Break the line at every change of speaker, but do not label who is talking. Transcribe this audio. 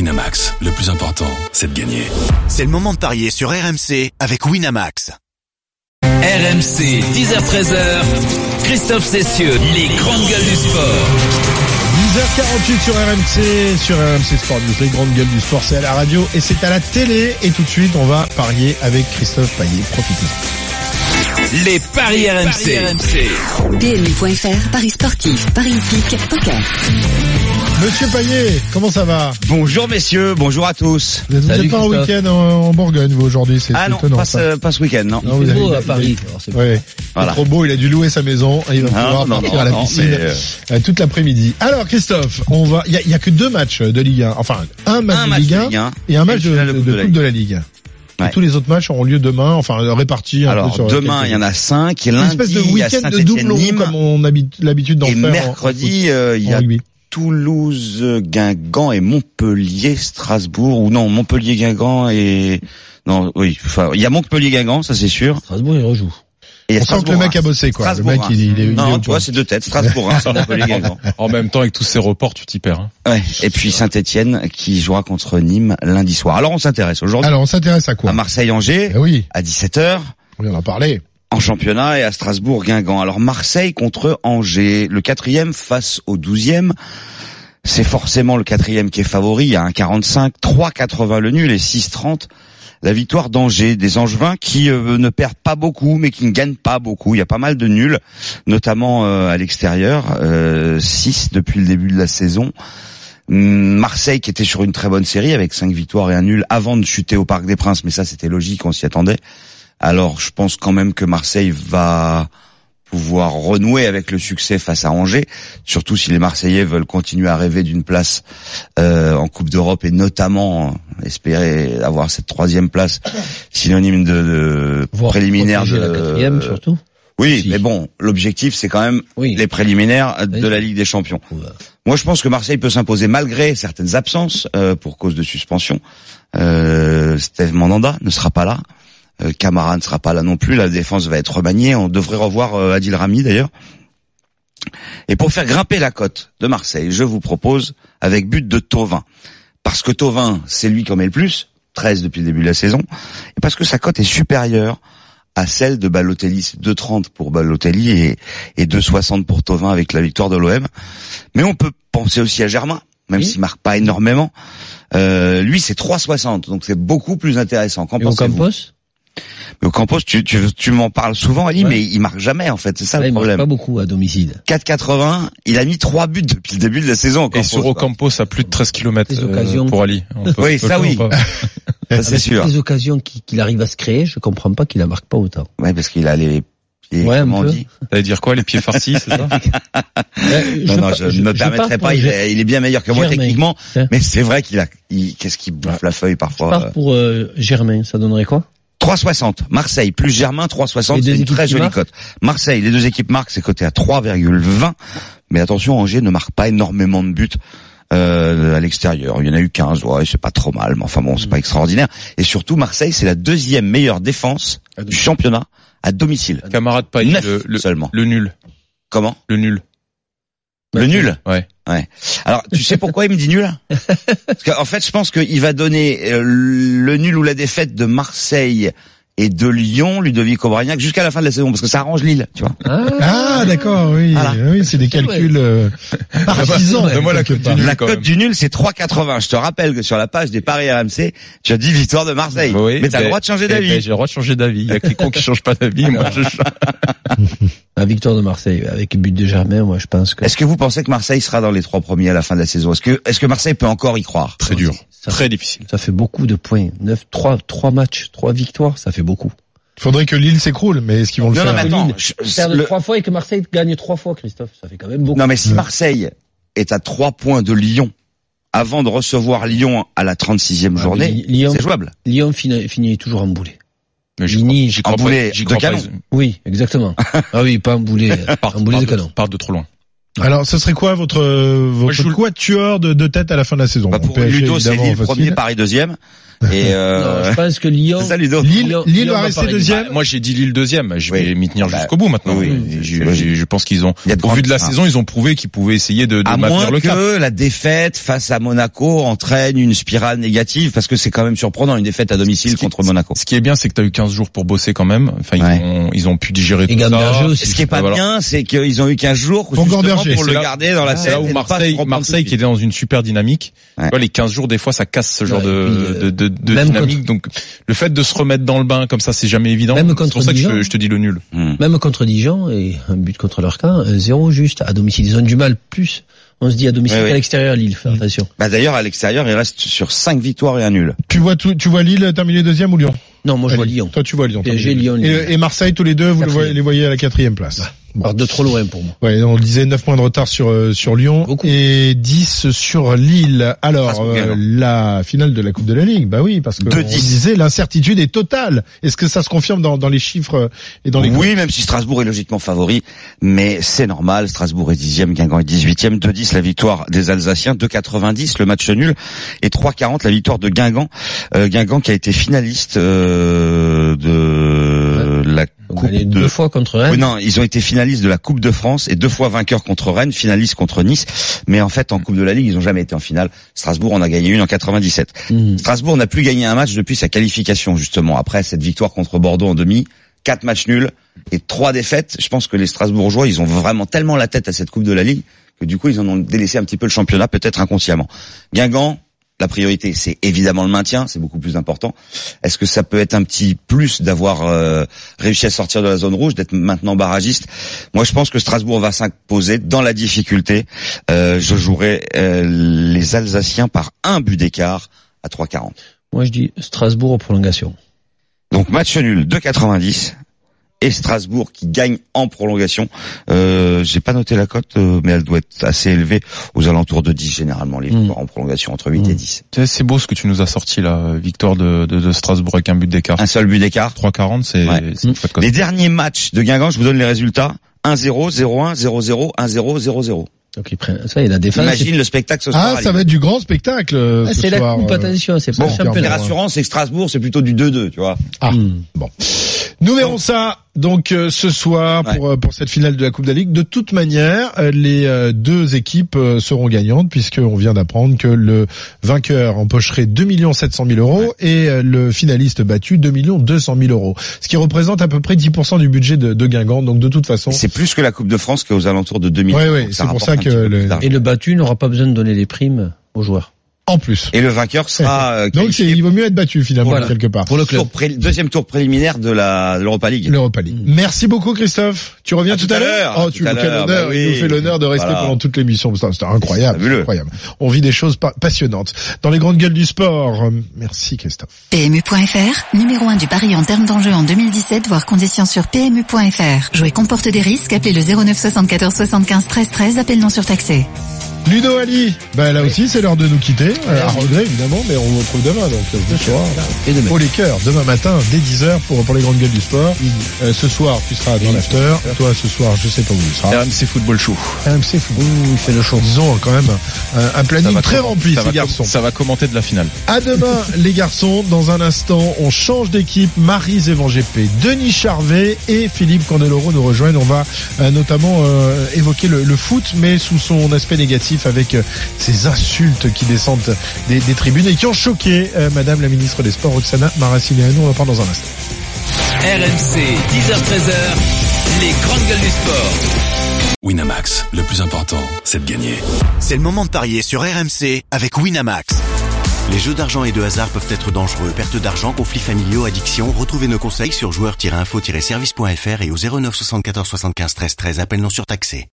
Winamax, le plus important, c'est de gagner.
C'est le moment de parier sur RMC avec Winamax.
RMC, 10h-13h, Christophe Cessieux, les grandes gueules du sport.
10h48 sur RMC, sur RMC Sport News, les grandes gueules du sport, c'est à la radio et c'est à la télé. Et tout de suite, on va parier avec Christophe Payet. Profitez.
Les paris, RMC.
PMU.fr, Paris sportif, Paris hippique, poker.
Monsieur Payet, comment ça va
Bonjour messieurs, bonjour à tous.
Vous êtes- vous
Salut,
êtes pas en
Christophe.
week-end en, en Bourgogne, vous, aujourd'hui, c'est
Ah non,
étonnant.
pas
ça.
ce, pas ce week-end, non.
Non,
Il
vous
fait
avez-
beau à
il est-
Paris. Alors, c'est
Ouais. Il
Voilà.
est trop beau, il a dû louer sa maison et il va
Ah,
pouvoir
non,
partir
non,
à la
non,
piscine
mais, euh,
euh, toute l'après-midi. Alors Christophe, on va, il y a, il y a que deux matchs de Ligue 1, enfin un match,
Un
de,
match
Ligue 1
de Ligue 1
et un
et
match
le
de,
final
de,
de Coupe de la
Coupe de la Ligue. Et
Ouais.
tous les autres matchs auront lieu demain, enfin répartis. un peu
Alors
sur
demain
quelques
il y en a cinq, et
Une
lundi
espèce de
il y a
week-end de double rond
Saint-Étienne-Nîmes
comme on a l'habi- l'habitude d'en
et
faire. en- en
mercredi euh,
foot,
il
en
y a
rugby.
Toulouse, euh, Guingamp et Montpellier, Strasbourg ou non Montpellier, Guingamp et non oui enfin il y a Montpellier, Guingamp ça c'est sûr.
Strasbourg, il rejoue.
Et il y a
On sent que le
Strasbourg,
mec a
hein.
bossé quoi. Le
Strasbourg,
mec
hein.
il, il est. il est au
Non, tu vois,
point.
c'est deux têtes. Strasbourg, hein, c'est Montpellier, Guingamp.
En même temps, avec tous ces reports, tu t'y perds. hein.
Ouais. Et puis Saint-Etienne qui jouera contre Nîmes lundi soir. Alors on s'intéresse aujourd'hui
Alors on s'intéresse à quoi
à Marseille-Angers
Eh oui,
à 17h.
oui, on en parlait.
en championnat et à Strasbourg, Guingamp. Alors Marseille contre Angers, le quatrième face au douzième. C'est forcément le quatrième qui est favori à 1,45, 3,80 le nul et 6,30 la victoire d'Angers. Des Angevins qui euh, ne perdent pas beaucoup mais qui ne gagnent pas beaucoup. Il y a pas mal de nuls, notamment euh, à l'extérieur, 6 depuis le début de la saison. Hum, Marseille qui était sur une très bonne série avec 5 victoires et un nul avant de chuter au Parc des Princes, mais ça c'était logique, on s'y attendait. Alors, je pense quand même que Marseille va pouvoir renouer avec le succès face à Angers, surtout si les Marseillais veulent continuer à rêver d'une place euh, en Coupe d'Europe et notamment euh, espérer avoir cette troisième place synonyme de, de
Voire
préliminaire
protéger
de euh,
la quatrième, surtout.
Oui,
aussi.
mais bon, l'objectif c'est quand même
Oui. euh,
les préliminaires de
Vas-y.
la Ligue des Champions.
Ouais.
Moi, je pense que Marseille peut s'imposer malgré certaines absences euh, pour cause de suspension. Euh, Steve Mandanda ne sera pas là. Euh, Camara ne sera pas là non plus. La défense va être remaniée. On devrait revoir euh, Adil Rami d'ailleurs. Et pour faire grimper la cote de Marseille, je vous propose avec but de Tauvin. Parce que Tauvin, c'est lui qui en met le plus, 13 depuis le début de la saison. Et parce que sa cote est supérieure à celle de Balotelli. C'est 2,30 pour Balotelli et, et 2,60 pour Tauvin avec la victoire de l'OM. Mais on peut penser aussi à Germain, même
Oui.
s'il marque pas énormément. Euh, lui, c'est 3,60, donc c'est beaucoup plus intéressant. Qu'en
Et au
pensez-vous
Campos
Le Campos, tu, tu, tu m'en parles souvent, Ali,
Ouais.
mais il marque jamais, en fait. C'est ça
Là,
le
il marque
problème.
pas beaucoup à domicile.
4,80, il a mis trois buts depuis le début de la saison.
Et
Campos,
sur
quoi.
Ocampos, à plus de 13 km
Des occasions.
pour Ali. On peut-
Oui,
on peut
ça
faire ou
oui.
pas
Ça, c'est
Avec
sûr.
toutes les occasions qui- qu'il arrive à se créer, je comprends pas qu'il la marque pas autant.
Ouais, parce qu'il a les pieds,
Ouais, un
comment on
peu.
dit
T'allais dire quoi, les pieds farcis, c'est ça
Euh,
Non, non,
pa-
je ne me
je
permettrai
pars pour
pas, il
Ger-
est, il est bien meilleur que moi
Germain.
techniquement,
Hein.
mais c'est vrai qu'il a, il- qu'est-ce qu'il bouffe la feuille
je
parfois. euh.
pars pour euh, Germain, ça donnerait quoi
3,60. Marseille plus Germain,
Les
3,60.
deux
C'est une
équipes
très
qui
jolie
marquent
cote. Marseille, les deux équipes marquent, c'est coté à 3,20. Mais attention, Angers ne marque pas énormément de buts. euh, à l'extérieur, il y en a eu 15, ouais, c'est pas trop mal, mais enfin bon,
Mm.
c'est pas extraordinaire. Et surtout, Marseille, c'est la deuxième meilleure défense du championnat à domicile.
Camarade Paille,
Neuf
le, le,
seulement.
le nul.
Comment
Le nul.
Bah,
Le nul
Ouais.
Ouais. Alors, tu sais pourquoi il me dit nul Parce qu'en fait, je pense qu'il va donner euh, le nul ou la défaite de Marseille et de Lyon, Ludovic Aubragnac, jusqu'à la fin de la saison, parce que ça arrange Lille, tu vois.
Ah d'accord, oui, Ah
Voilà.
oui, c'est des calculs euh, partisans.
Donne-moi la
quelque
cote
part.
du nul.
La
quand
cote
même.
du nul, c'est 3,80. Je te rappelle que sur la page des paris RMC, tu as dit victoire de Marseille.
Oui,
mais t'as le
ben,
droit de changer
eh ben,
d'avis.
J'ai le droit de changer d'avis. Il y a que les cons qui changent pas d'avis. moi, je change.
La victoire de Marseille, avec but de Germain, moi je pense que
Est-ce que vous pensez que Marseille sera dans les trois premiers à la fin de la saison Est-ce que, est-ce que Marseille peut encore y croire
Très dur.
ça,
Très difficile.
ça fait beaucoup de points. 9, 3, 3 matchs, 3 victoires, ça fait beaucoup.
Faudrait que l'île s'écroule, mais est-ce qu'ils vont le
Non, non,
faire
mais attends.
Lille.
je-
Perdre
le-
3 fois et que Marseille gagne 3 fois, Christophe, ça fait quand même beaucoup.
Non, mais si Marseille est à trois points de Lyon, avant de recevoir Lyon à la 36e
Ah,
journée,
mais Lyon,
c'est jouable.
Lyon finit, finit toujours en boulet.
Mais je-
Ligny,
j'y crois
en boulet
pas. J'y crois
de
pas.
canon.
Ils-
Oui, exactement. Ah oui, pas un boulet,
Partent
un boulet de
partent
canon.
partent de trop loin.
Alors, ce serait quoi votre euh,
je
votre
joue le-
quatuor de, de tête à la fin de la saison
Bah,
Bon,
pour
PSG,
Ludo, c'est
évidemment,
Lille
facile.
premier, Paris deuxième. Et euh,
Non, je pense que Lyon.
c'est ça Ludo
Lille,
Lyon-
Lille
Lyon va
va rester
pas régler.
deuxième.
Bah, Moi, j'ai dit Lille deuxième. Je
Oui.
vais m'y tenir
Bah,
jusqu'au bout maintenant.
oui,
Et
c'est
je-
logique.
je- je pense qu'ils ont,
Il y a de
au vu
grandes
de la
chances.
saison, ils ont prouvé qu'ils pouvaient essayer de, de
à
maintenir
moins
le cap.
que la défaite face à Monaco entraîne une spirale négative, parce que c'est quand même surprenant une défaite à domicile
Ce qui-
contre Monaco.
Ce qui est bien, c'est que tu as eu 15 jours pour bosser quand même. Enfin,
Ouais.
ils, ont, ils ont pu digérer
Et
tout ça.
Gamberger aussi.
Ce qui est pas
Voilà.
bien, c'est qu'ils ont eu 15 jours
Bon,
justement
Gamberger,
pour
c'est
le
là-
garder dans la
C'est
tête.
là où
et de pas se
Marseille,
reprendre
Marseille
tout
qui est
de suite.
dans une super dynamique.
Ouais.
Tu vois, les 15 jours, des fois, ça casse ce genre
Ouais,
de,
et puis, euh,
de, de, de
même
dynamique. Donc, le fait de se remettre dans le bain comme ça, c'est jamais évident.
Même
C'est
contre
pour ça que
Dijon.
je, je te dis le nul.
Hmm.
Même contre Dijon, et un but contre leur camp, un zéro juste à domicile. Ils ont du mal plus, on se dit à domicile
Ouais,
qu'à
ouais.
l'extérieur, Lille. Faire attention.
Bah d'ailleurs à l'extérieur, il reste sur 5 victoires et un nul.
Tu vois tout, tu vois Lille terminer deuxième ou Lyon
Non, moi je vois
Allez,
Lyon.
Toi tu vois Lyon.
PSG,
terminer
Lyon,
deuxième.
Lille.
Et, et Marseille, tous les deux, vous le voyez-
Quatrième.
les voyez à la quatrième place.
Alors, de trop loin pour moi.
Ouais, on disait 9 points de retard sur euh, sur Lyon
Beaucoup.
et 10 sur Lille. Alors
Strasbourg,
euh,
alors.
la finale de la Coupe de la Ligue, bah oui, parce que
Deux
on
hein. dix.
disait l'incertitude est totale. Est-ce que ça se confirme dans, dans les chiffres et dans les
oui, même si Strasbourg est logiquement favori, mais c'est normal. Strasbourg est dixième, Guingamp est dix-huitième, 2-10 la victoire des Alsaciens, 2-90 le match nul et 3-40 la victoire de Guingamp. Euh, Guingamp qui a été finaliste euh, de la
Donc,
Coupe
elle est
de
deux fois contre
Oui,
Rennes.
non, ils ont été finalistes de la Coupe de France et deux fois vainqueurs contre Rennes, finalistes contre Nice. Mais en fait, en Coupe de la Ligue, ils ont jamais été en finale. Strasbourg en a gagné une en 97.
Mhm.
Strasbourg n'a plus gagné un match depuis sa qualification, justement. Après cette victoire contre Bordeaux en demi, quatre matchs nuls et trois défaites. Je pense que les Strasbourgeois, ils ont vraiment tellement la tête à cette Coupe de la Ligue que du coup, ils en ont délaissé un petit peu le championnat, peut-être inconsciemment. Guingamp, la priorité, c'est évidemment le maintien, c'est beaucoup plus important. Est-ce que ça peut être un petit plus d'avoir euh, réussi à sortir de la zone rouge, d'être maintenant barragiste Moi, je pense que Strasbourg va s'imposer dans la difficulté. Euh, je jouerai euh, les Alsaciens par un but d'écart à 3,40.
Moi je dis Strasbourg aux prolongations.
Donc match nul 2,90 et Strasbourg qui gagne en prolongation. Euh, J'ai pas noté la cote, euh, mais elle doit être assez élevée aux alentours de 10 généralement les
Mm.
victoires en prolongation entre 8 et
Mm.
10.
Tu sais, C'est beau ce que tu nous as sorti là, victoire de, de, de Strasbourg avec un but d'écart.
Un seul but d'écart.
3,40, c'est
Ouais.
c'est une chouette cote.
Les derniers matchs de Guingamp, je vous donne les résultats. 1-0, 0-1, 0-0, 1-0, 0-0.
Donc ils prennent ça et la défense. c'est-
Imagine le spectacle ce soir.
Ah,
à
ça
Lille.
va être du grand spectacle. euh,
Ah,
ce
c'est la
soir,
coupe,
euh.
attention, c'est pas
Bon,
le
ce qui est
championnat.
rassurant, c'est que Strasbourg, c'est plutôt du 2-2, tu vois.
Ah.
Mhm.
Nous verrons ça donc euh, ce soir
Ouais.
pour euh, pour cette finale de la Coupe de la Ligue. De toute manière, euh, les euh, deux équipes euh, seront gagnantes puisque on vient d'apprendre que le vainqueur empocherait 2 700 000 euros et euh, le finaliste battu 2 200 000 euros, ce qui représente à peu près 10% du budget de, de Guingamp. Donc de toute façon,
C'est plus que la Coupe de France qui est aux alentours de 2000.
Ouais, ouais,
Donc
c'est pour
rapporte
ça
un
que
petit peu
le-
plus d'argent.
Et le battu n'aura pas besoin de donner les primes aux joueurs.
en plus.
Et le vainqueur sera euh,
Donc c'est-
qualifié
il vaut mieux être battu finalement
Voilà.
quelque part.
Pour le club.
Tour pré- deuxième tour préliminaire de la de l'Europa League.
L'Europa League.
Mm.
Merci beaucoup Christophe. Tu reviens
À
tout à l'heure.
à
Oh, tu
tout à
quel
l'heure,
honneur.
bah
Il nous
oui.
fait l'honneur de rester
Voilà.
pendant toute l'émission. Putain, C'était incroyable.
Fabuleux.
Incroyable. On vit des choses pa- passionnantes. Dans les grandes gueules du sport. euh, Merci Christophe.
PMU.fr, numéro 1 du pari en termes d'enjeu en 2017, voire conditions sur PMU.fr. Jouer comporte des risques, appelez le 09 74 75 13 13, appel non surtaxé.
Ludo Ali. Bah là aussi c'est l'heure de nous quitter. Euh, à regret évidemment, mais on vous retrouve demain donc euh, ce soir.
Et demain.
Pour les cœurs, demain matin dès 10h pour pour les grandes gueules du sport. Euh, ce soir tu seras dans l'after. Toi ce soir je sais pas où tu seras.
RMC Ah, Football Show.
RMC Football. il fait le show. Ils ont euh, quand même un, un planning très rempli
commenter- ça
ces
va
garçons.
com- Ça va commenter de la finale.
À demain, les garçons. Dans un instant, on change d'équipe. Marie Zévangépé, Denis Charvet et Philippe Candeloro nous rejoignent. On va euh, notamment euh, évoquer le, le foot, mais sous son aspect négatif, avec euh, ces insultes qui descendent des, des tribunes et qui ont choqué euh, Madame la ministre des Sports, Roxana Maracineanu. On va prendre dans un instant.
RMC, 10h-13h, les grandes gueules du sport.
Winamax, le plus important, c'est de gagner.
C'est le moment de parier sur RMC avec Winamax. Les jeux d'argent et de hasard peuvent être dangereux. Perte d'argent, conflits familiaux, addiction. Retrouvez nos conseils sur joueurs-info-service.fr et au 09 74 75 13 13. Appel non surtaxé.